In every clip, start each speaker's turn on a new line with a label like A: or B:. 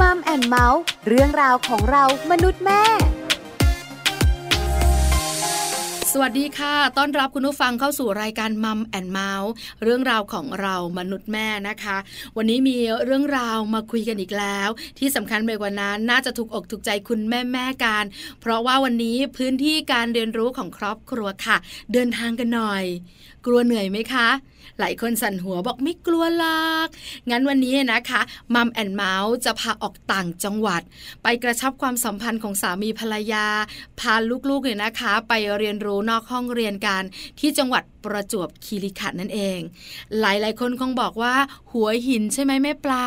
A: มัมแอนเมาส์เรื่องราวของเรามนุษย์แม่
B: สวัสดีค่ะ ต้อนรับคุณผู้ฟังเข้าสู่รายการมัมแอนเมาส์เรื่องราวของเรามนุษย์แม่นะคะ วันนี้มีเรื่องราวมาคุยกันอีกแล้ว ที่สำคัญไปกว่านั้นน่าจะถูกอกถูกใจคุณแม่แม่ๆกัน เพราะว่าวันนี้พื้นที่การเรียนรู้ของครอบครัวค่ะ เดินทางกันหน่อย กลัวเหนื่อยไหมคะ หลายคนสั่นหัวบอกไม่กลัวลากงั้นวันนี้นะคะมัมแอนเมาส์จะพาออกต่างจังหวัด ไปกระชับความสัมพันธ์ของสามีภรรยา พาลูกๆเนี่ยนะคะ ไปเรียนรู้นอกห้องเรียนกันที่จังหวัดประจวบคีรีขันธ์นั่นเอง หลายๆ คนคงบอกว่า หัวหินใช่ไหมแม่ปลา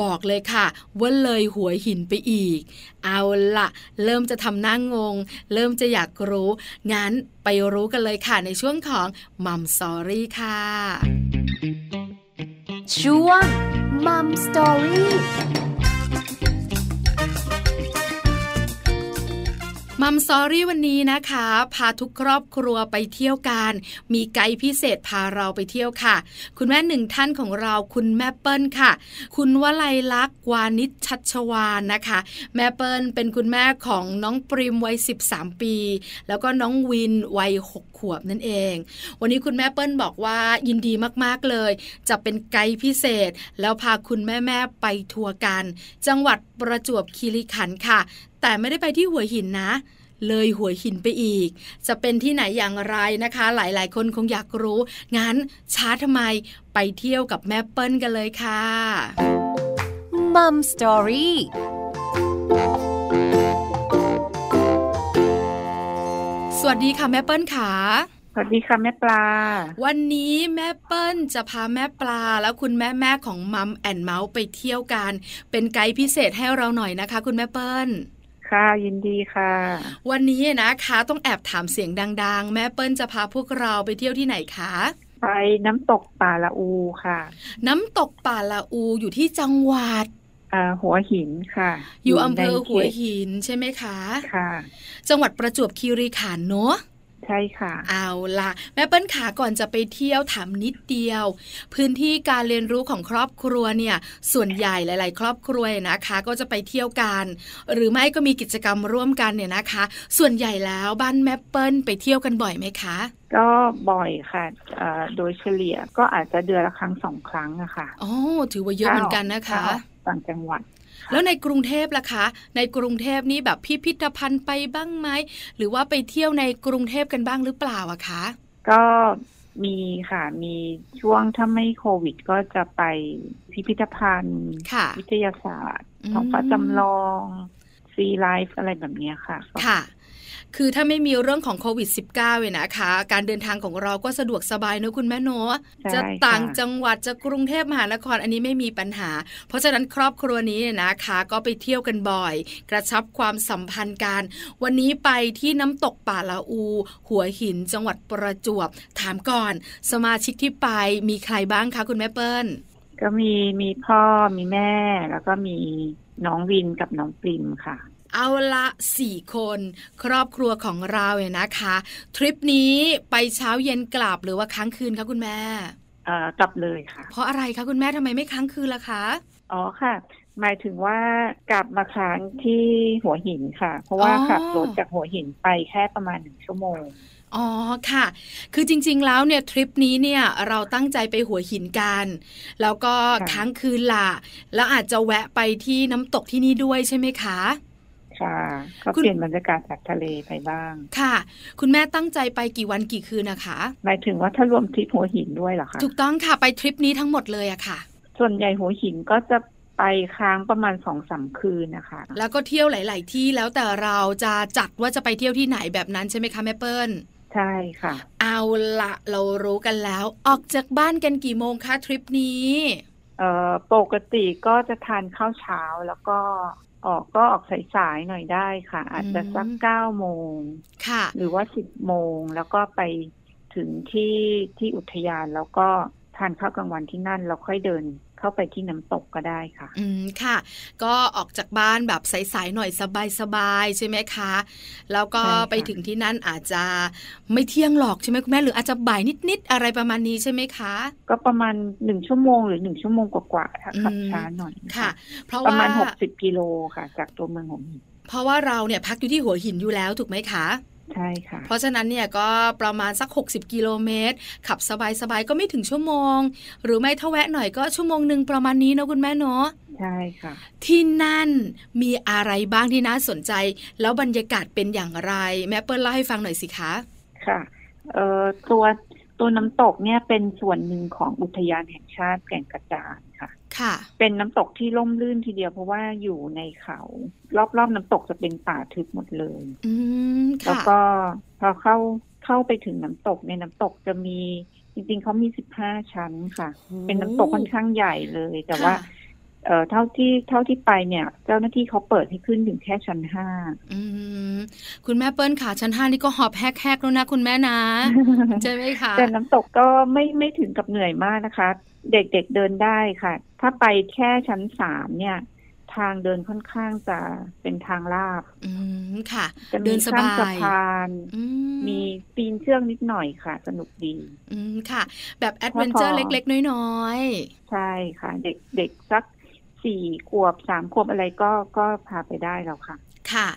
B: บอกเลยค่ะว่าเลยหัวหินไปอีก เอาละเริ่มจะทำหน้างงง เริ่มจะอยากรู้ งั้นไปรู้กันเลยค่ะในช่วงของมัมสอรี่ค่ะ
A: ช่วงมัมสตอรี่
B: มัมซอรี่วันนี้นะคะ พาทุกครอบครัวไปเที่ยวกัน มีไกด์พิเศษพาเราไปเที่ยวค่ะ คุณแม่หนึ่งท่านของเราคุณแม่เปิ้ลค่ะ คุณวลัยลักษณ์วานิชชัชวานนะคะ แม่เปิ้ลเป็นคุณแม่ของน้องปริมวัย 13 ปี แล้วก็น้องวินวัย 6 ขวบนั่นเอง วันนี้คุณแม่เปิ้ลบอกว่ายินดีมากๆเลย จะเป็นไกด์พิเศษ แล้วพาคุณแม่ๆไปทัวร์กัน จังหวัดประจวบคีรีขันธ์ค่ะ แต่ไม่ได้ไปที่หัวหินนะ เลยหัวหินไปอีก จะเป็นที่ไหนอย่างไรนะคะ หลายๆ คนคงอยากรู้ งั้นช้าทำไมไปเที่ยวกับแม่เปิ้ลกันเลยค่ะ
A: มัมสตอรี่
B: สวัสดีค่ะแม่เปิ้ลค่ะ
C: สวัสดีค่ะแม่ปลา
B: วันนี้แม่เปิ้ลจะพาแม่ปลาแล้วคุณแม่แม่ๆของมัมแอนเมาส์ไปเที่ยวกัน เป็นไกด์พิเศษให้เราหน่อยนะคะ คุณแม่เปิ้ล
C: ค่ะยินดีค่ะ
B: วันนี้นะคะต้องแอบถามเสียงดัง ๆ แม่เปิ้ลจะพาพวกเราไปเที่ยวที่ไหนคะ
C: ไปน้ำตกป่าละอูค่ะ
B: น้ำตกป่าละอูอยู่ที่จังหวัด
C: เอ่อหัวหินค่ะ
B: อยู่อำเภอ
C: ในขต
B: หัวหินใช่ไหมคะ
C: ค่ะ
B: จังหวัดประจวบคีรีขันธ์เนอะ
C: ใช่ค่ะ
B: เอาล่ะ แม่เปิ้ลขาก่อนจะไปเที่ยวถามนิดเดียว พื้นที่การเรียนรู้ของครอบครัวเนี่ย ส่วนใหญ่หลาย ๆ ครอบครัวนะคะ ก็จะไปเที่ยวกัน หรือไม่ก็มีกิจกรรมร่วมกันเนี่ยนะคะ ส่วนใหญ่แล้วบ้านแม่เปิ้ลไปเที่ยวกันบ่อยไหมคะ
C: ก็บ่อยค่ะเอ่อโดยเฉลี่ยก็อาจจะเดือนละครั้งสองครั้งอะค่ะ
B: อ๋อถือว่าเยอะเหมือนกันนะคะ
C: ถ้าออกต่างจังหวัด
B: แล้วในกรุงเทพล่ะคะ ในกรุงเทพนี่แบบพิพิธภัณฑ์ไปบ้างไหม หรือว่าไปเที่ยวในกรุงเทพกันบ้างหรือเปล่าอะคะ
C: ก็มีค่ะมีช่วงถ้าไม่โควิด ก็จะไปพิพิธภัณฑ์
B: ค่ะ
C: วิทยาศาสตร์
B: อืม
C: ท้องฟ้าจำลองซีไลฟ์อะไรแบบเนี้ยค่ะก็
B: ค่ะ คือถ้าไม่มีเรื่องของโควิด -19 เนี่ยนะคะ การเดินทางของเราก็สะดวกสบายเนอะคุณแม่เนอะ
C: ใช่
B: จะต่าง
C: ค่ะ
B: จังหวัดจะกรุงเทพมหานครอันนี้ไม่มีปัญหา เพราะฉะนั้นครอบครัวนี้เนี่ยนะคะ ก็ไปเที่ยวกันบ่อย กระชับความสัมพันธ์กัน วันนี้ไปที่น้ำตกป่าละอู หัวหิน จังหวัดประจวบ ถามก่อน สมาชิกที่ไปมีใครบ้างคะคุณแม่เปิ้ล
C: ก็มีมีพ่อมีแม่แล้วก็มีน้องวินกับน้องปริมค่ะ
B: เอาละสี่คนครอบครัวของเราเนี่ยนะคะ ทริปนี้ไปเช้าเย็นกลับหรือว่าค้างคืนคะคุณแม่
C: เอ่อกลับเลยค่ะ
B: เพราะอะไรคะคุณแม่ทำไมไม่ค้างคืนล่ะคะ
C: อ๋อค่ะ หมายถึงว่ากลับมาค้างที่หัวหินค่ะ เพราะว่า
B: อ๋อ
C: ขับรถจากหัวหินไปแค่ประมาณหนึ่งชั่วโมง
B: อ๋อค่ะ คือจริงๆแล้วเนี่ยทริปนี้เนี่ยเราตั้งใจไปหัวหินกัน แล้วก็
C: ค่ะ
B: ค้างคืนละแล้วอาจจะแวะไปที่น้ำตกที่นี่ด้วยใช่ไหมคะ
C: ค่ะ ก็
B: คุณ
C: เปลี่ยนบรรยากาศจากทะเลไปบ้าง
B: ค่ะ คุณแม่ตั้งใจไปกี่วันกี่คืนนะคะ
C: หมายถึงว่าถ้ารวมทริปหัวหินด้วยเหรอคะ
B: ถูกต้องค่ะไปทริปนี้ทั้งหมดเลยอะค่ะ
C: ส่วนใหญ่หัวหินก็จะไปค้างประมาณสองสามคืนนะคะ
B: แล้วก็เที่ยวหลาย ๆ ที่แล้วแต่เราจะจัดว่าจะไปเที่ยวที่ไหนแบบนั้นใช่ไหมคะแม่เปิ้ล
C: ใช่ค่ะ
B: เอาละเรารู้กันแล้ว ออกจากบ้านกันกี่โมงคะทริปนี้
C: เอ่อปกติก็จะทานข้าวเช้าแล้วก็ออกก็ออกสายๆหน่อยได้ค่ะ อาจจะสัก
B: อืม
C: เก้าโมง
B: ค่ะ
C: หรือว่าสิบโมงแล้วก็ไปถึงที่ที่อุทยานแล้วก็ทานข้าวกลางวันที่นั่นแล้วค่อยเดิน เข้าไปที่น้ำตกก็ได้ค่ะ
B: อืมค่ะ ก็ออกจากบ้านแบบใสๆหน่อยสบายๆใช่ไหมคะ แล้วก็
C: ใช่ค่ะ
B: ไปถึงที่นั่นอาจจะไม่เที่ยงหรอกใช่ไหมคุณแม่หรืออาจจะบ่ายนิดๆอะไรประมาณนี้ใช่ไหมคะ
C: ก็ประมาณหนึ่งชั่วโมงหรือหนึ่งชั่วโมงกว่าๆถ้าขับ
B: อืม
C: ช้าหน่อยน
B: ค่ะ เพราะ
C: ประ
B: ว่า
C: มาณหกสิบกิโลค่ะ จากตัวเมืองหัวหิน
B: เพราะว่าเราเนี่ยพักอยู่ที่หัวหินอยู่แล้วถูกไหมคะ
C: ใช่ค่ะ
B: เพราะฉะนั้นเนี่ยก็ประมาณสัก 60 กิโลเมตร ขับสบายๆก็ไม่ถึงชั่วโมง หรือไม่ถ้าแวะหน่อยก็ชั่วโมงหนึ่งประมาณนี้เนอะคุณแม่เนาะ
C: ใช่ค่ะ
B: ที่นั่นมีอะไรบ้างที่น่าสนใจ แล้วบรรยากาศเป็นอย่างไร แม่เปิ้ลเล่าให้ฟังหน่อยสิคะ
C: ค่ะ เอ่อตัวตัวน้ำตกเนี่ยเป็นส่วนหนึ่งของอุทยานแห่งชาติแก่งกระจานค่ะ
B: ค่ะ
C: เป็นน้ำตกที่ร่มรื่นทีเดียวเพราะว่าอยู่ในเขา รอบๆน้ำตกจะเป็นป่าทึบหมดเลย
B: อืม
C: แล้ว
B: ค่ะ
C: ก็พอเข้าเข้าไปถึงน้ำตกในยน้ำตกจะมีจริงๆเขามีสิบห้าชั้นค่ะ เป็นน้ำตกค่อนข้างใหญ่เลย แต่
B: ค่ะ
C: ว่า เอ่อเท่าที่เท่าที่ไปเนี่ย เจ้าหน้าที่เขาเปิดให้ขึ้นถึงแค่ชั้นห้า
B: อืมคุณแม่เปิ้ลค่ะชั้นห้านี่ก็หอบแฮกๆแล้วนะคุณแม่ นะ ใช่ไหมคะ
C: แต่น้ำตกก็ไม่ไม่ถึงกับเหนื่อยมากนะคะ เด็กๆเดินได้ค่ะ ถ้าไปแค่ชั้นสามเนี่ย ทางเดินค่อนข้างจะเป็นทางลาบ
B: อืมค่ะ
C: จะ
B: เดิ
C: มี
B: นส
C: ข้าม
B: บาย
C: สะพาน
B: อื
C: มีปีนเชือกนิดหน่อยค่ะ สนุกดี
B: อืมค่ะ แบบแอดเวนเจอร์
C: พอ
B: เล็ก ๆ น้อย
C: ใช่ค่ะ เด็กเด็กสักสี่ขวบสามขวบอะไรก็ก็พาไปได้แล้วค่ะ
B: ๆ ค่ะ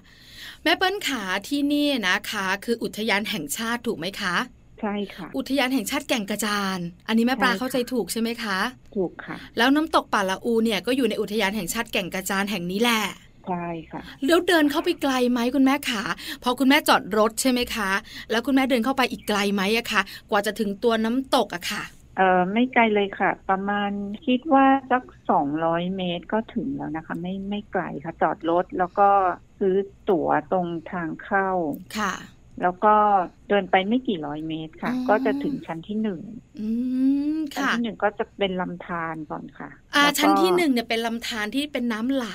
B: แม่เปิ้ลขาที่นี่นะคะ คืออุทยานแห่งชาติถูกไหมคะ
C: ใช่ค่ะ
B: อุทยานแห่งชาติแก่งกระจาน อันนี้แม่ปลา
C: ใช่ค่ะ
B: เข้าใจถูกใช่ไหมคะ
C: ถูกค่ะ
B: แล้วน้ำตกป่าละอูเนี่ยก็อยู่ในอุทยานแห่งชาติแก่งกระจานแห่งนี้แหละ
C: ใช่ค่ะ
B: แล้วเดินเข้าไปไกลไหมคุณแม่ขาพอคุณแม่จอดรถใช่ไหมคะ แล้วคุณแม่เดินเข้าไปอีกไกลไหมอะคะกว่าจะถึงตัวน้ำตกอะค่ะ
C: เออไม่ไกลเลยค่ะ ประมาณคิดว่าสักสองร้อยเมตรก็ถึงแล้วนะคะ ไม่ไม่ไกลค่ะ จอดรถแล้วก็ซื้อตั๋วตรงทางเข้า
B: ค่ะ
C: แล้วก็เดินไปไม่กี่ร้อยเมตรค่ะ
B: อืม
C: ก็จะถึงชั้นที่หนึ่ง
B: อืม
C: ชั้น
B: ค่ะ
C: ที่หนึ่งก็จะเป็นลำธารก่อนค่ะ
B: อ่า
C: แล้วก็
B: ชั้นที่หนึ่งเนี่ยเป็นลำธารที่เป็นน้ำไหล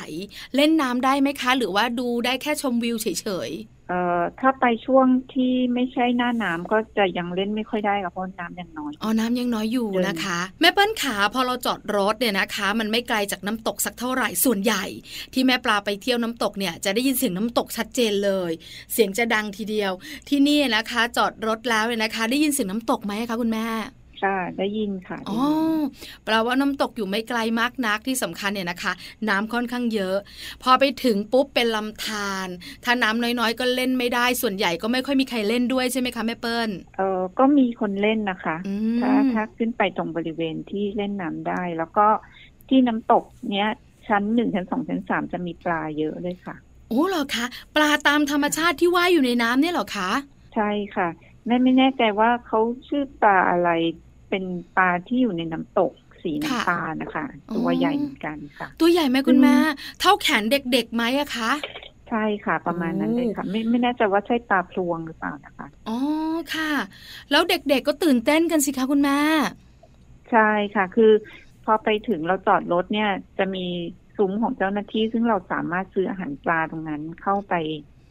B: เล่นน้ำได้ไหมคะ หรือว่าดูได้แค่ชมวิวเฉย
C: เอ่อถ้าไปช่วงที่ไม่ใช่หน้าน้ำก็จะยังเล่นไม่ค่อยได้ค่ะเพราะน้ำยังน้อย
B: ๆอ๋อน้ำยังน้อยอยู่นะคะ แม่เปิ้ลขาพอเราจอดรถเนี่ยนะคะ มันไม่ไกลจากน้ำตกสักเท่าไหร่ส่วนใหญ่ ที่แม่ปลาไปเที่ยวน้ำตกเนี่ยจะได้ยินเสียงน้ำตกชัดเจนเลย เสียงจะดังทีเดียว ที่นี่นะคะ จอดรถแล้วเนี่ยนะคะ ได้ยินเสียงน้ำตกไหมคะคุณแม่
C: ค่ะ ได้ยินค่ะได้
B: อ๋อ
C: ยิน
B: แปลว่าน้ำตกอยู่ไม่ไกลมากนักที่สำคัญเนี่ยนะคะ น้ำค่อนข้างเยอะ พอไปถึงปุ๊บเป็นลำธารถ้าน้ำน้อยๆ ก็เล่นไม่ได้ ส่วนใหญ่ก็ไม่ค่อยมีใครเล่นด้วยใช่ไหมคะแม่เปิ้ล
C: เออก็มีคนเล่นนะคะ
B: อืม
C: ถ้าถ้าขึ้นไปตรงบริเวณที่เล่นน้ำได้ แล้วก็ที่น้ำตกเนี้ย ชั้นหนึ่งชั้นสองชั้นสามจะมีปลาเยอะเลยค่ะ
B: โอ้เหรอคะปลาตามธรรมชาติที่ว่ายอยู่ในน้ำเนี่ยเหรอคะ
C: ใช่ค่ะแม่ไม่แน่ใจว่าเขาชื่อปลาอะไรเป็นปลาที่อยู่ในน้ำตกสีน้ำตาลนะคะ
B: อ๋อ
C: ตัวใหญ่เหมือนกันค่ะ
B: ตัวใหญ่ไหมคุณแม่
C: อื
B: เท่าแขนเด็กๆไหมอะคะ
C: ใช่ค่ะ ประมาณนั้นเลยค่ะ ไม่ไม่แน่ใจว่าใช่ปลาพลวงหรือเปล่านะคะ
B: อ๋อค่ะ แล้วเด็กๆก็ตื่นเต้นกันสิคะคุณแม่
C: ใช่ค่ะ คือพอไปถึงเราจอดรถเนี่ย จะมีซุ้มของเจ้าหน้าที่ ซึ่งเราสามารถซื้ออาหารปลาตรงนั้นเข้าไป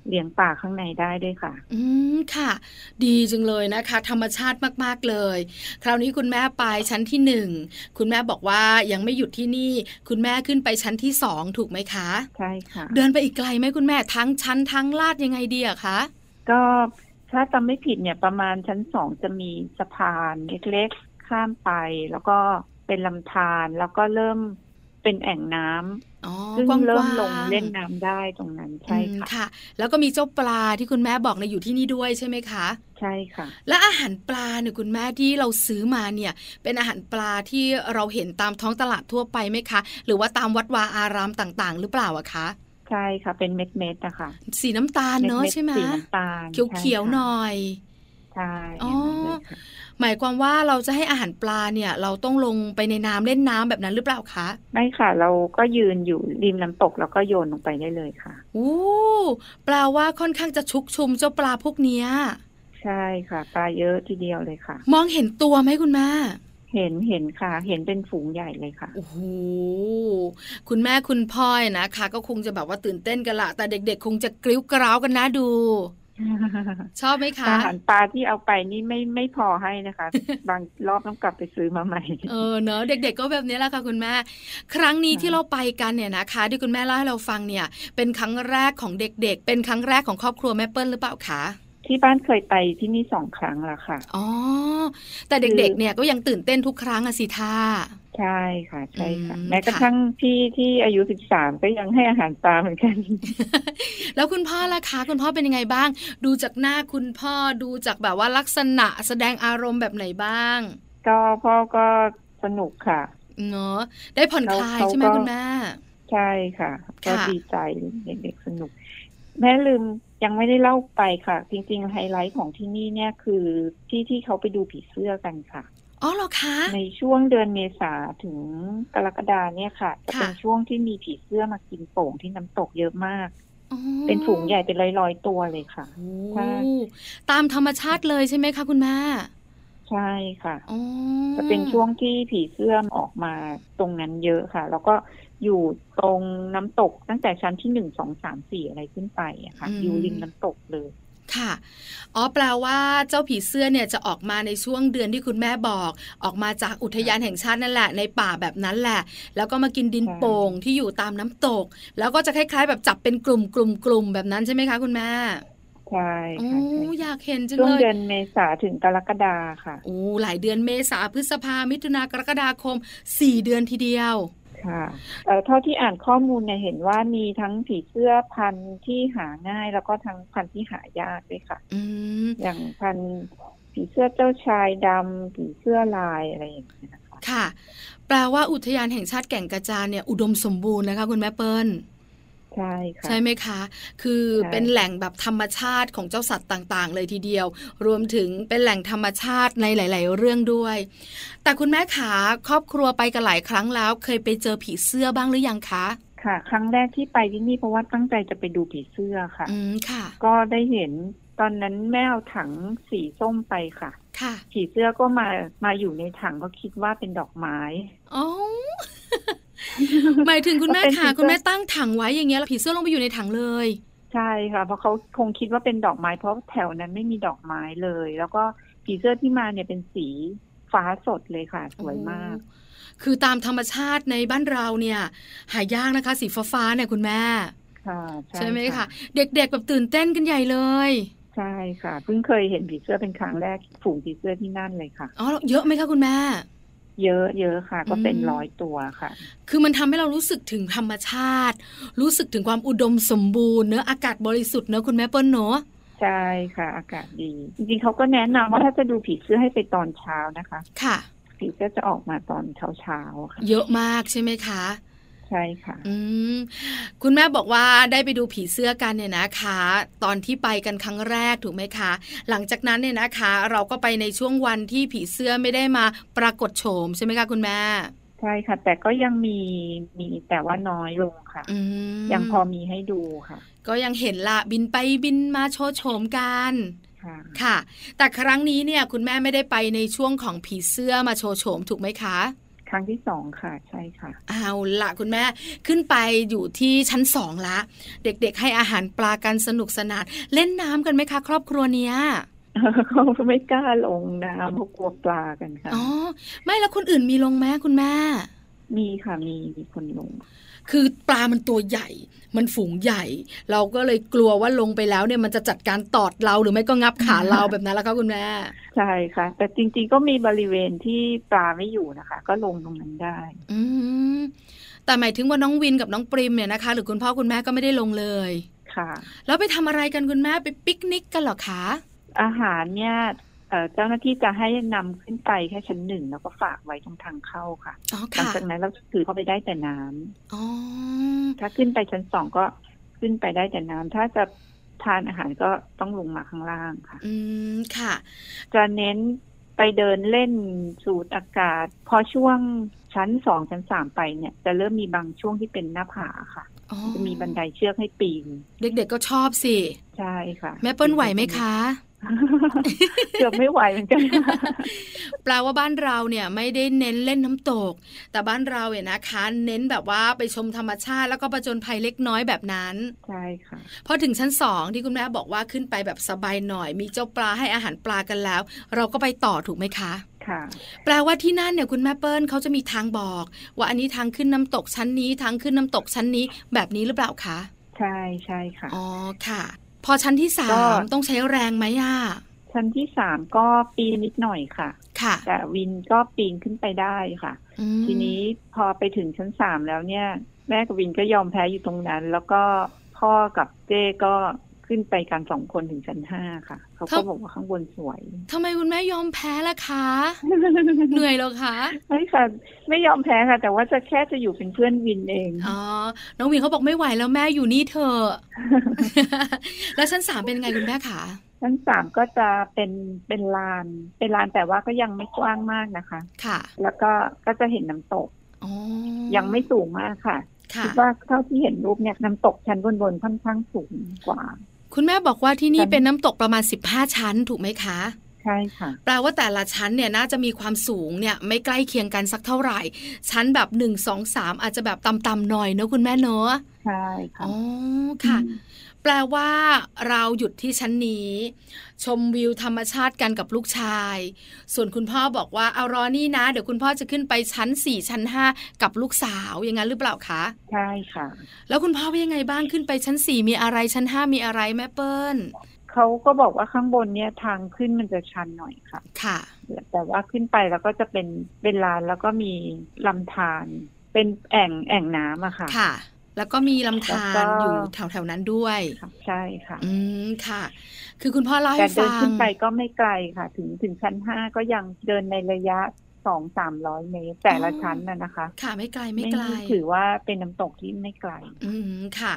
C: เลี้ยงปลาข้างในได้ด้วยค่ะ
B: อืมค่ะ ดีจังเลยนะคะ ธรรมชาติมากๆเลย คราวนี้คุณแม่ไปชั้นที่หนึ่งคุณแม่บอกว่ายังไม่หยุดที่นี่ คุณแม่ขึ้นไปชั้นที่สองถูกไหมคะ
C: ใช่ค่ะ
B: เดินไปอีกไกลไหมคุณแม่ทั้งชั้นทั้งลาดยังไงดีอะคะ
C: ก็ถ้าจำไม่ผิดเนี่ยประมาณชั้นสองจะมีสะพานเล็กๆ ข้ามไป แล้วก็เป็นลำธารแล้วก็เริ่มเป็นแอ่งน้ำ
B: อ๋อ
C: ซึ่ง
B: กว้างๆ
C: เริ่มลงเล่นน้ำได้ตรงนั้นใช่
B: อืม
C: ค่ะ
B: ค่ะ แล้วก็มีเจ้าปลาที่คุณแม่บอกในะอยู่ที่นี่ด้วยใช่ไหมคะ
C: ใช่ค่ะ
B: และอาหารปลาเนี่ยคุณแม่ที่เราซื้อมาเนี่ย เป็นอาหารปลาที่เราเห็นตามท้องตลาดทั่วไปไหมคะ หรือว่าตามวัดวาอารามต่างๆ หรือเปล่าอะคะ
C: ใช่ค่ะ เป็นเม็ดๆนะคะ
B: สีน้ำตาลเนอะ
C: ม็ดๆ
B: ใช่ไหม
C: สีน้ำตาล
B: เขียวๆหน่อย
C: ใช่ค่ะ
B: อ๋อ
C: ใช่อย่างนั้นเลยค่ะ
B: หมายความว่าเราจะให้อาหารปลาเนี่ย เราต้องลงไปในน้ำเล่นน้ำแบบนั้นหรือเปล่าคะ
C: ไม่ค่ะ เราก็ยืนอยู่ริมน้ำตกแล้วก็โยนลงไปได้เลยค่ะ
B: อู้แปลว่าค่อนข้างจะชุกชุมเจ้าปลาพวกเนี้ย
C: ใช่ค่ะ ปลาเยอะทีเดียวเลยค่ะ
B: มองเห็นตัวไหมคุณแม่
C: เห็นเห็นค่ะ เห็นเป็นฝูงใหญ่เลยค่ะ
B: โอ้โห คุณแม่คุณพ่อยนะคะ ก็คงจะแบบว่าตื่นเต้นกันละ แต่เด็กๆ คงจะกริ้วกร้าวกันนะดู ชอบไหมคะ
C: อาหารปลาที่เอาไปนี่ไม่ไม่พอให้นะคะ บางรอบต้องกลับไปซื้อมาใหม่
B: เออเนอะเด็กๆก็แบบนี้แหละค่ะคุณแม่ ครั้งนี้
C: ค่ะ
B: ที่เราไปกันเนี่ยนะคะที่คุณแม่เล่าให้เราฟังเนี่ย เป็นครั้งแรกของเด็กๆ เป็นครั้งแรกของครอบครัวแม่เปิ้ลหรือเปล่าคะ
C: ที่บ้านเคยไปที่นี่สองครั้งละค่ะ
B: อ๋อแต่เด็กๆเนี่ยก็ยังตื่นเต้นทุกครั้งอะสิท่า
C: ใช่ค่ะ ใช่ค่ะ
B: อืม
C: แม้กระทั่งพี่ที่อายุสิบสามก็ยังให้อาหารปลาเห มือนกัน
B: แล้วคุณพ่อล่ะคะคุณพ่อเป็นยังไงบ้าง ดูจากหน้าคุณพ่อดูจากแบบว่าลักษณะแสดงอารมณ์แบบไหนบ้าง
C: ก็พ่อก็สนุกค่ะ
B: เนอะได้ผ่อนคลาย
C: เขา
B: ใช่ไหม
C: ก็
B: คุณแม่
C: ใช่ค่ะ ก็
B: ค่ะ
C: ดีใจเด็กๆสนุก แม่ลืมยังไม่ได้เล่าไปค่ะ จริงๆไฮไลท์ของที่นี่เนี่ยคือที่ที่เขาไปดูผีเสื้อกันค่ะ
B: อ๋อเหรอคะ
C: ในช่วงเดือนเมษาถึงกรกฎาเนี่ยค่ะ จะเป็น
B: ค่ะ
C: ช่วงที่มีผีเสื้อมากินโป่งที่น้ำตกเยอะมาก
B: อ๋อ
C: เป็นฝูงใหญ่เป็นร้อยๆตัวเลยค่ะ
B: โอ้
C: ใช่
B: ตามธรรมชาติเลยใช่ไหมคะคุณแม่
C: ใช่ค่ะ
B: อ๋อ
C: จะเป็นช่วงที่ผีเสื้อออกมาตรงนั้นเยอะค่ะ แล้วก็อยู่ตรงน้ำตกตั้งแต่ชั้นที่หนึ่งสองสามสี่อะไรขึ้นไปอะค่ะ
B: อืม
C: อยู่ริมน้ำตกเลย
B: ค่ะ อ๋อ แปลว่าเจ้าผีเสื้อเนี่ยจะออกมาในช่วงเดือนที่คุณแม่บอก ออกมาจากอุทยานแห่งชาตินั่นแหละ ในป่าแบบนั้นแหละ แล้วก็มากินดิน
C: ใช่
B: โป่งที่อยู่ตามน้ำตก แล้วก็จะคล้ายๆ แบบจับเป็นกลุ่มกลุ่มกลุ่มแบบนั้นใช่ไหมคะคุณแม่
C: ใช่
B: โอ้
C: ค่ะใช่ค่ะ
B: อยากเห็นจัง
C: ช่วง
B: เลย
C: เดือนเมษาถึงกรกฎาค่ะ
B: โอ้หลายเดือนเมษาพฤษภามิถุนากรกฎาคมสี่เดือนทีเดียว
C: ค่ะเอ่อเท่าที่อ่านข้อมูลเนี่ยเห็นว่ามีทั้งผีเสื้อพันธุ์ที่หาง่าย แล้วก็ทั้งพันธุ์ที่หายากด้วยค่ะ
B: อืม
C: อย่างพันธุ์ผีเสื้อเจ้าชายดำผีเสื้อลายอะไรอย่างเงี้ยนะคะ
B: ค่ะ แปลว่าอุทยานแห่งชาติแก่งกระจานเนี่ยอุดมสมบูรณ์นะคะคุณแม่เปิ้ล
C: ใช่ค่ะ
B: ใช่ไหมคะ คือ
C: ใช่
B: เป็นแหล่งแบบธรรมชาติของเจ้าสัตว์ต่างๆ เลยทีเดียว รวมถึงเป็นแหล่งธรรมชาติในหลาย ๆ เรื่องด้วย แต่คุณแม่ขาครอบครัวไปกันหลายครั้งแล้ว เคยไปเจอผีเสื้อบ้างหรือยังคะ
C: ค่ะ ครั้งแรกที่ไปที่นี่เพราะว่าตั้งใจจะไปดูผีเสื้อค่ะ
B: อืม ค่ะ
C: ก็ได้เห็นตอนนั้นแม่เอาถังสีส้มไปค่ะ
B: ค่ะ
C: ผีเสื้อก็มามาอยู่ในถังก็คิดว่าเป็นดอกไม้
B: อ๋อ หมายถึงคุณแม่
C: เป็นผี
B: ค่ะ
C: เสื้อ
B: คุณแม่ตั้งถังไว้อย่างเงี้ยแล้วผีเสื้อลงไปอยู่ในถังเลย
C: ใช่ค่ะ เพราะเขาคงคิดว่าเป็นดอกไม้เพราะแถวนั้นไม่มีดอกไม้เลย แล้วก็ผีเสื้อที่มาเนี่ยเป็นสีฟ้าสดเลยค่ะ สวยมาก
B: โอ้คือตามธรรมชาติในบ้านเราเนี่ย หายากนะคะ สีฟ้าๆเนี่ยคุณแม่
C: ค่ะ
B: ใช่ไหมคะ เด็กๆแบบตื่นเต้นกันใหญ่เลย
C: ใช่ค่ะ เพิ่งเคยเห็นผีเสื้อเป็นครั้งแรกฝูงผีเสื้อที่นั่นเลยค่ะ
B: อ๋อเยอะไหมคะคุณแม่
C: เยอะเยอะค่ะ ก็เป็น
B: อืม
C: ร้อยตัวค่ะ
B: คือมันทำให้เรารู้สึกถึงธรรมชาติ รู้สึกถึงความอุดมสมบูรณ์เนื้อะอากาศบริสุทธิ์เนื้อะคุณแม่เปิ้ลเนอะ
C: ใช่ค่ะ อากาศดี จริงๆเขาก็แนะนำว่าถ้าจะดูผีเสื้อให้ไปตอนเช้านะคะ
B: ค่ะ
C: ผีเสื้อจะออกมาตอนเช้าเช้าๆค่ะ
B: เยอะมากใช่ไหมคะ
C: ใช่ค่ะ
B: อืมคุณแม่บอกว่าได้ไปดูผีเสื้อกันเนี่ยนะคะ ตอนที่ไปกันครั้งแรกถูกไหมคะ หลังจากนั้นเนี่ยนะคะ เราก็ไปในช่วงวันที่ผีเสื้อไม่ได้มาปรากฏโฉมใช่ไหมคะคุณแม่
C: ใช่ค่ะ แต่ก็ยังมีมีแต่ว่าน้อยลงค่ะ
B: อืม
C: ยังพอมีให้ดูค่ะ
B: ก็ยังเห็นละบินไปบินมาโชว์โฉมกัน
C: ค่ะ
B: ค่ะ แต่ครั้งนี้เนี่ยคุณแม่ไม่ได้ไปในช่วงของผีเสื้อมาโชว์โฉมถูกไหมคะ
C: ครั้งที่สองค่ะ ใช่ค่ะ
B: เอาละคุณแม่ขึ้นไปอยู่ที่ชั้นสองละ เด็กๆให้อาหารปลากันสนุกสนานเล่นน้ำกันไหมคะ ครอบครัวเนี้ย
C: เขาไม่กล้าลงน้ำเพราะกลัวปลากันค่ะ
B: อ๋อไม่แล้วคนอื่นมีลงไหมคุณแม่
C: มีค่ะมีมีคนลง
B: คือปลามันตัวใหญ่ มันฝูงใหญ่ เราก็เลยกลัวว่าลงไปแล้วเนี่ยมันจะจัดการตอดเราหรือไม่ก็งับขาเราแบบนั้นละคะคุณแม่
C: ใช่ค่ะ แต่จริงๆก็มีบริเวณที่ปลาไม่อยู่นะคะ ก็ลงตรงนั้นได้
B: อืมแต่หมายถึงว่าน้องวินกับน้องปริมเนี่ยนะคะ หรือคุณพ่อคุณแม่ก็ไม่ได้ลงเลย
C: ค่ะ
B: แล้วไปทำอะไรกันคุณแม่ไปปิกนิกกันเหรอคะ
C: อาหารเนี่ยเอ่อเจ้าหน้าที่จะให้นำขึ้นไปแค่ชั้นหนึ่งแล้วก็ฝากไว้ตรงทางเข้าค่ะ
B: อ๋อ
C: หลัง
B: ค่ะ
C: จากนั้นเราถือเข้าไปได้แต่น้ำ
B: อ๋อ
C: ถ้าขึ้นไปชั้นสองก็ขึ้นไปได้แต่น้ำถ้าจะทานอาหารก็ต้องลงมาข้างล่างค่ะ
B: อืม ค่ะ
C: จะเน้นไปเดินเล่นสูดอากาศ พอช่วงชั้นสองชั้นสามไปเนี่ย จะเริ่มมีบางช่วงที่เป็นหน้าผาค่ะ
B: อ๋อ
C: จะมีบันไดเชือกให้ปีน
B: เด็กๆก็ชอบสิ
C: ใช่ค่ะ
B: แม่เปิ้ลไหวไหมคะ
C: เกือบไม่ไหวเหมือนกัน
B: แปลว่าบ้านเราเนี่ยไม่ได้เน้นเล่นน้ำตก แต่บ้านเราเนี่ยนะคะ เน้นแบบว่าไปชมธรรมชาติแล้วก็ประจนภัยเล็กน้อยแบบนั้น
C: ใช่ค่ะ
B: พอถึงชั้นสองที่คุณแม่บอกว่าขึ้นไปแบบสบายหน่อย มีเจ้าปลาให้อาหารปลากันแล้ว เราก็ไปต่อถูกไหมคะ
C: ค่ะ
B: แปลว่าที่นั่นเนี่ยคุณแม่เปิ้ลเขาจะมีทางบอก ว่าอันนี้ทางขึ้นน้ำตกชั้นนี้ทางขึ้นน้ำตกชั้นนี้แบบนี้หรือเปล่าคะ
C: ใช่ใช่ค่ะ
B: อ๋อค่ะ พอชั้นที่สา
C: ก็
B: มต้องใช้แรงไหมอ่ะ
C: ชั้นที่สามก็ปีนนิดหน่อยค่ะ
B: ค่ะ
C: แต่วินก็ปีนขึ้นไปได้ค่ะ
B: อืม
C: ทีนี้พอไปถึงชั้นสามแล้วเนี่ย แม่กับวินก็ยอมแพ้อยู่ตรงนั้น แล้วก็พ่อกับเจ้ก็ขึ้นไปกันสองคนถึงชั้นห้าค่ะเขาก็บอกว่าข้างบนสวย
B: ทำไมคุณแม่ยอมแพ้ล่ะคะ เหนื่อยเหรอคะ
C: ไม่ค่ะ ไม่ยอมแพ้ค่ะ แต่ว่าจะแค่จะอยู่เป็นเพื่อนวินเอง
B: อ๋อน้องวินเขาบอกไม่ไหวแล้วแม่อยู่นี่เถอะ แล้วชั้นสามเป็นไงคุณแม่คะ
C: ชั้นสามก็จะเป็นเป็นลาน เป็นลานแต่ว่าก็ยังไม่กว้างมากนะคะ
B: ค่ะ
C: แล้วก็ก็จะเห็นน้ำตก
B: อ๋อ
C: ยังไม่สูงมากค่ะ
B: ค่ะ
C: คิดว่าเท่าที่เห็นรูปเนี่ยน้ำตกชั้นบนๆค่อนข้างสูงกว่า
B: คุณแม่บอกว่าที่นี่
C: ชั้น
B: เป็นน้ำตกประมาณ 15 ชั้นถูกไหมคะ
C: ใช่ค่ะ
B: แปลว่าแต่ละชั้นเนี่ยน่าจะมีความสูงเนี่ยไม่ใกล้เคียงกันสักเท่าไหร่ ชั้นแบบ 1 2 3 อาจจะแบบต่ำๆหน่อยเนอะคุณแม่เนอะ
C: ใช่ค่ะ
B: อ๋อค่ะ แปลว่าเราหยุดที่ชั้นนี้ ชมวิวธรรมชาติกันกับลูกชาย ส่วนคุณพ่อบอกว่าเอารอนี่นะ เดี๋ยวคุณพ่อจะขึ้นไปชั้น 4 ชั้น 5 กับลูกสาวอย่างนั้นหรือเปล่าคะ
C: ใช่ค่ะ
B: แล้วคุณพ่อเป็นยังไงบ้างขึ้นไปชั้น 4 มีอะไรชั้น 5 มีอะไรแม่เปิ้ล
C: เขาก็บอกว่าข้างบนเนี่ยทางขึ้นมันจะชันหน่อยค่ะ
B: ค่ะ
C: แต่ว่าขึ้นไปแล้วก็จะเป็นเป็นลานแล้วก็มีลำธารเป็นแอ่งแอ่งน้ำอะค่ะ
B: ค่ะ แล้วก็มีลำธาร
C: แล้วก็
B: อยู่แถวๆนั้นด้วย
C: ค่ะ ใช่ค่ะ
B: อืม ค่ะ คือคุณพ่อเล่า
C: แต่
B: ให้
C: เดิ
B: ฟั
C: น
B: ง
C: ขึ้นไปก็ไม่ไกลค่ะ ถึงถึงชั้นห้าก็ยังเดินในระยะสองสามร้อยเมตรแต่ละชั้นน่ะนะคะ
B: ค่ะ ไม่ไกล ไม่ไกล
C: ถือว่าเป็นน้ำตกที่ไม่ไกล
B: อืม ค่ะ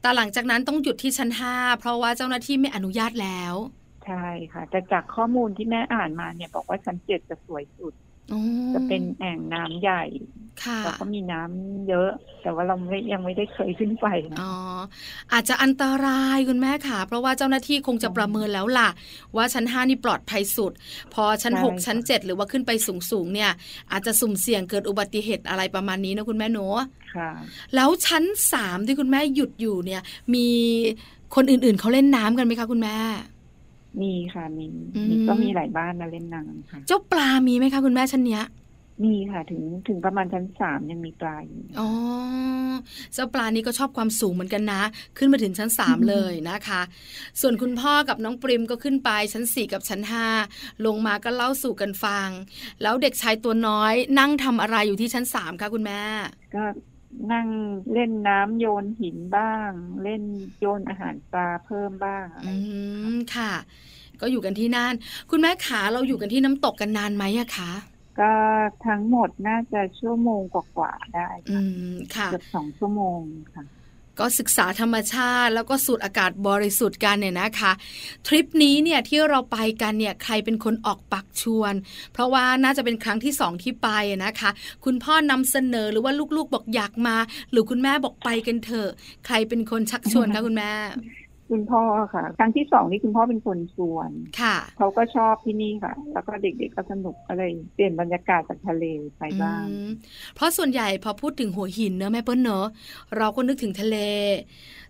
B: แต่หลังจากนั้นต้องหยุดที่ชั้นห้า เพราะว่าเจ้าหน้าที่ไม่อนุญาตแล้ว
C: ใช่ค่ะ แต่จากข้อมูลที่แม่อ่านมาเนี่ยบอกว่าชั้นเจ็ดจะสวยสุด
B: อ๋อ
C: จะเป็นแอ่งน้ำใหญ่
B: ค่ะ
C: แล้วก็มีน้ำเยอะ แต่ว่าเราไม่ยังไม่ได้เคยขึ้นไปนะ
B: อ๋อ อาจจะอันตรายคุณแม่ค่ะ เพราะว่าเจ้าหน้าที่คงจะประเมินแล้วล่ะ ว่าชั้นห้านี่ปลอดภัยสุด พอชั้นหกชั้นเจ็ดหรือว่าขึ้นไปสูงๆเนี่ย อาจจะสุ่มเสี่ยงเกิดอุบัติเหตุอะไรประมาณนี้นะคุณแม่เนอะ
C: ค่ะ
B: แล้วชั้นสามที่คุณแม่หยุดอยู่เนี่ย มีคนอื่นๆเขาเล่นน้ำกันไหมคะคุณแม่
C: มีค่ะมี
B: อืม
C: มีก็มีหลายบ้านมาเล่นน้ำค่ะ
B: เจ้าปลามีไหมคะคุณแม่ชั้นเนี้ย
C: มีค่ะถึงถึงประมาณชั้นสามยังมีปลาอยู่
B: อ๋อเจ้าปลานี้ก็ชอบความสูงเหมือนกันนะ ขึ้นมาถึงชั้นสาม
C: อืม
B: เลยนะคะ ส่วนคุณพ่อกับน้องปริมก็ขึ้นไปชั้นสี่กับชั้นห้าลงมาก็เล่าสู่กันฟัง แล้วเด็กชายตัวน้อยนั่งทำอะไรอยู่ที่ชั้นสามคะคุณแม่
C: ก็นั่งเล่นน้ำโยนหินบ้าง เล่นโยนอาหารปลาเพิ่มบ้าง
B: อืมค่ะ ก็อยู่กันที่นั่นคุณแม่ขาเราอยู่กันที่น้ำตกกันนานไหมอะคะ
C: ก็ทั้งหมดน่าจะชั่วโมงกว่าๆได้
B: อืม
C: ค่ะ
B: ค่ะ
C: เกือบสองชั่วโมงค่ะ
B: ก็ศึกษาธรรมชาติแล้วก็สูดอากาศบริสุทธิ์กันเนี่ยนะคะ ทริปนี้เนี่ยที่เราไปกันเนี่ยใครเป็นคนออกปักชวน เพราะว่าน่าจะเป็นครั้งที่สองที่ไปนะคะ คุณพ่อนำเสนอหรือว่าลูกๆบอกอยากมา หรือคุณแม่บอกไปกันเถอะใครเป็นคนชักชวนคะคุณแม่
C: คุณพ่อค่ะ ครั้งที่สองนี่คุณพ่อเป็นคนชวน
B: ค่ะ
C: เขาก็ชอบที่นี่ค่ะ แล้วก็เด็กๆก็สนุกอะไรเปลี่ยนบรรยากาศจากทะเลไปบ้าง
B: อืมเพราะส่วนใหญ่พอพูดถึงหัวหินเนอะแม่เปิ้ลเนอะเราก็นึกถึงทะเล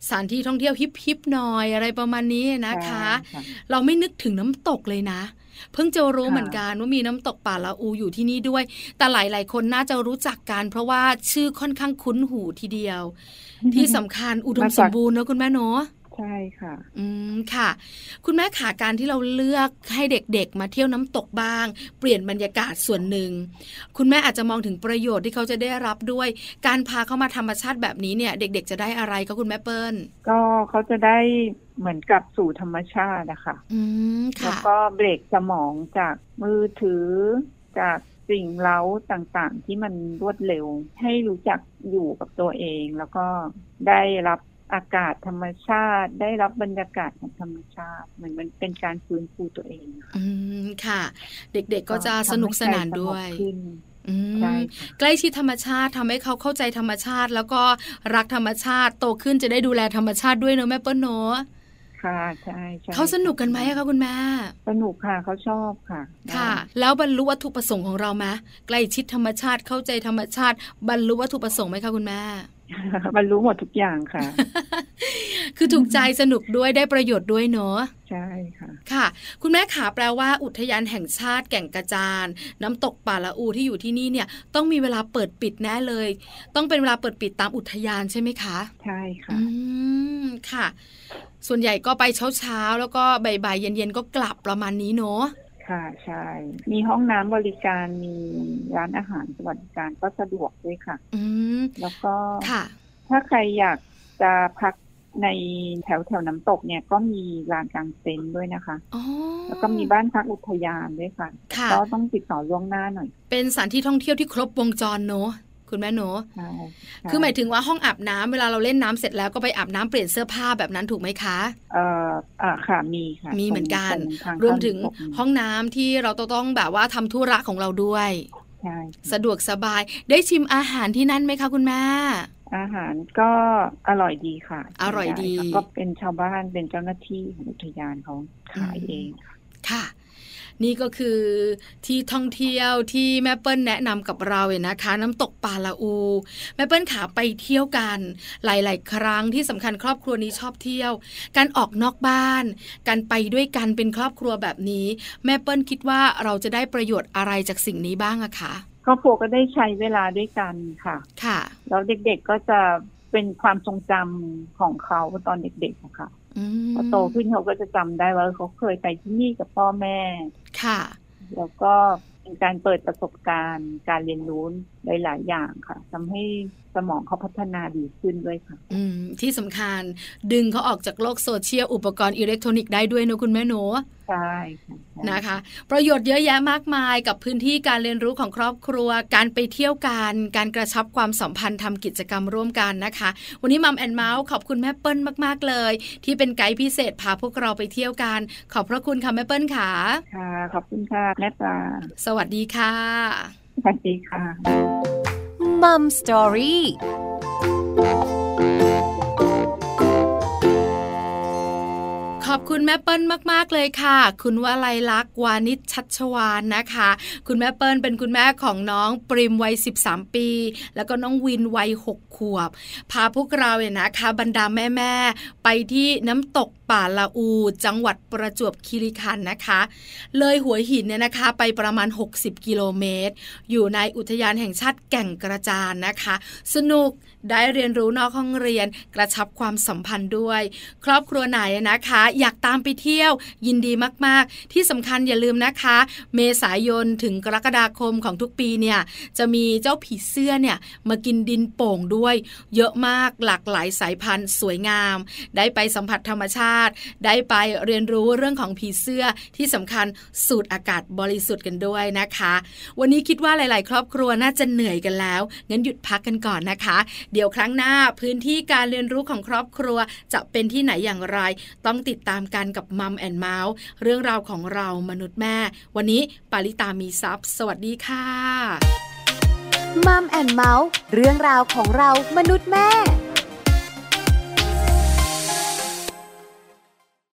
B: สถานที่ท่องเที่ยวฮิปฮิปๆหน่อยอะไรประมาณนี้นะคะ
C: ใช่ค่ะ
B: เราไม่นึกถึงน้ำตกเลยนะ เพิ่งจะรู้
C: ค่ะ
B: เหมือนกันว่ามีน้ำตกป่าละอูอยู่ที่นี่ด้วย แต่หลาย ๆ คนน่าจะรู้จักกัน เพราะว่าชื่อค่อนข้างคุ้นหูทีเดียว ที่สำคัญอุดมสมบูรณ์เนอะคุณแม่เนอะ
C: ใช่ค่ะ
B: อืมค่ะ คุณแม่ขาการที่เราเลือกให้เด็ก ๆ มาเที่ยวน้ำตกบ้าง เปลี่ยนบรรยากาศส่วนหนึ่ง คุณแม่อาจจะมองถึงประโยชน์ที่เขาจะได้รับด้วย การพาเขามาธรรมชาติแบบนี้เนี่ย เด็ก ๆ จะได้อะไรคะคุณแม่เปิ้ล
C: ก็เขาจะได้เหมือนกลับสู่ธรรมชาตินะคะ
B: อืม
C: แล้ว
B: ค่ะ
C: ก็เบรกสมองจากมือถือ จากสิ่งเล้าต่างๆ ที่มันรวดเร็ว ให้รู้จักอยู่กับตัวเอง แล้วก็ได้รับอากาศธรรมชาติ ได้รับบรรยากาศของธรรมชาติ เหมือนมันเป็นการฟื้นฟูตัวเองค่ะ
B: อืมค่ะ เด็กๆก็จะ
C: ทำให้
B: สนุกสนาน
C: ใจงบ
B: ด้วย
C: ขึ้น
B: อืม
C: ใช่ค่ะ
B: ใกล้ชิดธรรมชาติทำให้เขาเข้าใจธรรมชาติ แล้วก็รักธรรมชาติโตขึ้นจะได้ดูแลธรรมชาติด้วยเนอะแม่เปิ้ลเนอะ
C: ค่ะใช่ใช่
B: เขาสนุกกันไหมอะคะคุณแม่
C: สนุกค่ะเขาชอบค่ะ
B: ค่ะ แล้วบรรลุวัตถุประสงค์ของเราไหมใกล้ชิดธรรมชาติเข้าใจธรรมชาติ บรรลุวัตถุประสงค์ไหมคะคุณแม่
C: มันรู้หมดทุกอย่างค่ะ
B: คือถูกใจสนุกด้วยได้ประโยชน์ด้วยเนอะ
C: ใช่ค่ะ
B: ค่ะ คุณแม่ขาแปลว่าอุทยานแห่งชาติแก่งกระจาน น้ำตกป่าละอูที่อยู่ที่นี่เนี่ย ต้องมีเวลาเปิดปิดแน่เลย ต้องเป็นเวลาเปิดปิดตามอุทยานใช่ไหมคะ
C: ใช่ค่ะ
B: อืมค่ะ ส่วนใหญ่ก็ไปเช้าเช้าๆแล้วก็บ่ายๆเย็นๆก็กลับประมาณนี้เนอะ
C: ค่ะใช่ มีห้องน้ำบริการมีร้านอาหารสวัสดิการก็สะดวกด้วยค่ะ
B: อืม
C: แล้วก็
B: ค่ะ
C: ถ้าใครอยากจะพักในแถวแถวน้ำตกเนี่ยก็มีลานกลางเต็นท์ด้วยนะคะ
B: อ๋อ
C: แล้วก็มีบ้านพักอุทยานด้วยค่ะ
B: ค่ะ
C: ก็ต้องติดต่อล่วงหน้าหน่อย
B: เป็นสถานที่ท่องเที่ยวที่ครบวงจรเนอะคุณแม่เนอะ
C: ใช่ใช่
B: คือหมายถึงว่าห้องอาบน้ำเวลาเราเล่นน้ำเสร็จแล้วก็ไปอาบน้ำเปลี่ยนเสื้อผ้าแบบนั้นถูกไหมคะ
C: เอ่ออ่าค่ะมีค่ะ
B: มีเหมือนกัน
C: ตทาเข้าร
B: วมถึง
C: น้ำตกมี
B: ห้องน้ำที่เราต้องแบบว่าทำธุระของเราด้วย
C: ใช่
B: สะดวกสบายได้ชิมอาหารที่นั่นไหมคะคุณแม่
C: อาหารก็อร่อยดีค่ะ
B: อร่อยดี
C: ใช่ค่ะก็เป็นชาวบ้านเป็นเจ้าหน้าที่ของอุทยานเขาขาย
B: อืม
C: เอง
B: ค่ะ นี่ก็คือที่ท่องเที่ยวที่แม่เปิ้ลแนะนำกับเราเนี่ยนะคะ น้ำตกปาลาอู แม่เปิ้ลขาไปเที่ยวกัน หลาย ๆ ครั้งที่สำคัญครอบครัวนี้ชอบเที่ยว การออกนอกบ้าน การไปด้วยกันเป็นครอบครัวแบบนี้ แม่เปิ้ลคิดว่าเราจะได้ประโยชน์อะไรจากสิ่งนี้บ้างอะคะ
C: ครอบครัวก็ได้ใช้เวลาด้วยกันค่ะ
B: ค่ะ
C: แล้วเด็กๆก็จะเป็นความทรงจำของเขาตอนเด็กๆอะค่ะ
B: อืม
C: พอโตขึ้นเขาก็จะจำได้ว่าเขาเคยไปที่นี่กับพ่อแม่
B: ค่ะ
C: แล้วก็เป็นการเปิดประสบการณ์ การเรียนรู้หลายๆอย่างค่ะทำให้สมองเขาพัฒนาดีขึ้นด้วยค่ะ
B: อืมที่สำคัญดึงเขาออกจากโลกโซเชียลอุปกรณ์อิเล็กทรอนิกส์ได้ด้วยเนอะคุณแม่เนอะ
C: ใช่ค่ะใช่
B: นะคะ ประโยชน์เยอะแยะมากมายกับพื้นที่การเรียนรู้ของครอบครัว การไปเที่ยวกันการกระชับความสัมพันธ์ทำกิจกรรมร่วมกันนะคะ วันนี้มัมแอนเมาส์ขอบคุณแม่เปิ้ลมากๆเลย ที่เป็นไกด์พิเศษพาพวกเราไปเที่ยวกัน ขอบพระคุณค่ะแม่เปิ้ลค่ะ
C: ค่ะ ขอบคุณค่ะแม่ปลา
B: สวัสดีค่ะ
C: สวัสดีค่ะ
A: มัมสตอรี่
B: ขอบคุณแม่เปิ้ลมาก ๆ เลยค่ะ คุณวลัยลักษณ์วานิชชัชวานนะคะ คุณแม่เปิ้ลเป็นคุณแม่ของน้องปริมวัย 13 ปี แล้วก็น้องวินวัย 6 ขวบ พาพวกเราเนี่ยนะคะ บรรดาแม่ ๆ ไปที่น้ำตกป่าละอู จังหวัดประจวบคีรีขันธ์นะคะ เลยหัวหินเนี่ยนะคะไปประมาณ 60 กิโลเมตร อยู่ในอุทยานแห่งชาติแก่งกระจานนะคะ สนุกได้เรียนรู้นอกห้องเรียน กระชับความสัมพันธ์ด้วย ครอบครัวไหนนะคะ อยากตามไปเที่ยว ยินดีมาก ๆ ที่สำคัญอย่าลืมนะคะ เมษายนถึงกรกฎาคมของทุกปีเนี่ยจะมีเจ้าผีเสื้อเนี่ยมากินดินโป่งด้วย เยอะมากหลากหลายสายพันธุ์สวยงาม ได้ไปสัมผัสธรรมชาติ ได้ไปเรียนรู้เรื่องของผีเสื้อที่สำคัญสูดอากาศบริสุทธิ์กันด้วยนะคะ วันนี้คิดว่าหลาย ๆ ครอบครัวน่าจะเหนื่อยกันแล้วงั้นหยุดพักกันก่อนนะคะ เดี๋ยวครั้งหน้าพื้นที่การเรียนรู้ของครอบครัว จะเป็นที่ไหนอย่างไร ต้องติดตามกันกับมัมแอนเมาส์เรื่องราวของเรามนุษย์แม่ วันนี้ปาริตามีซัพ์สวัสดีค่ะ
A: มัมแอนเมาส์เรื่องราวของเรามนุษย์แม่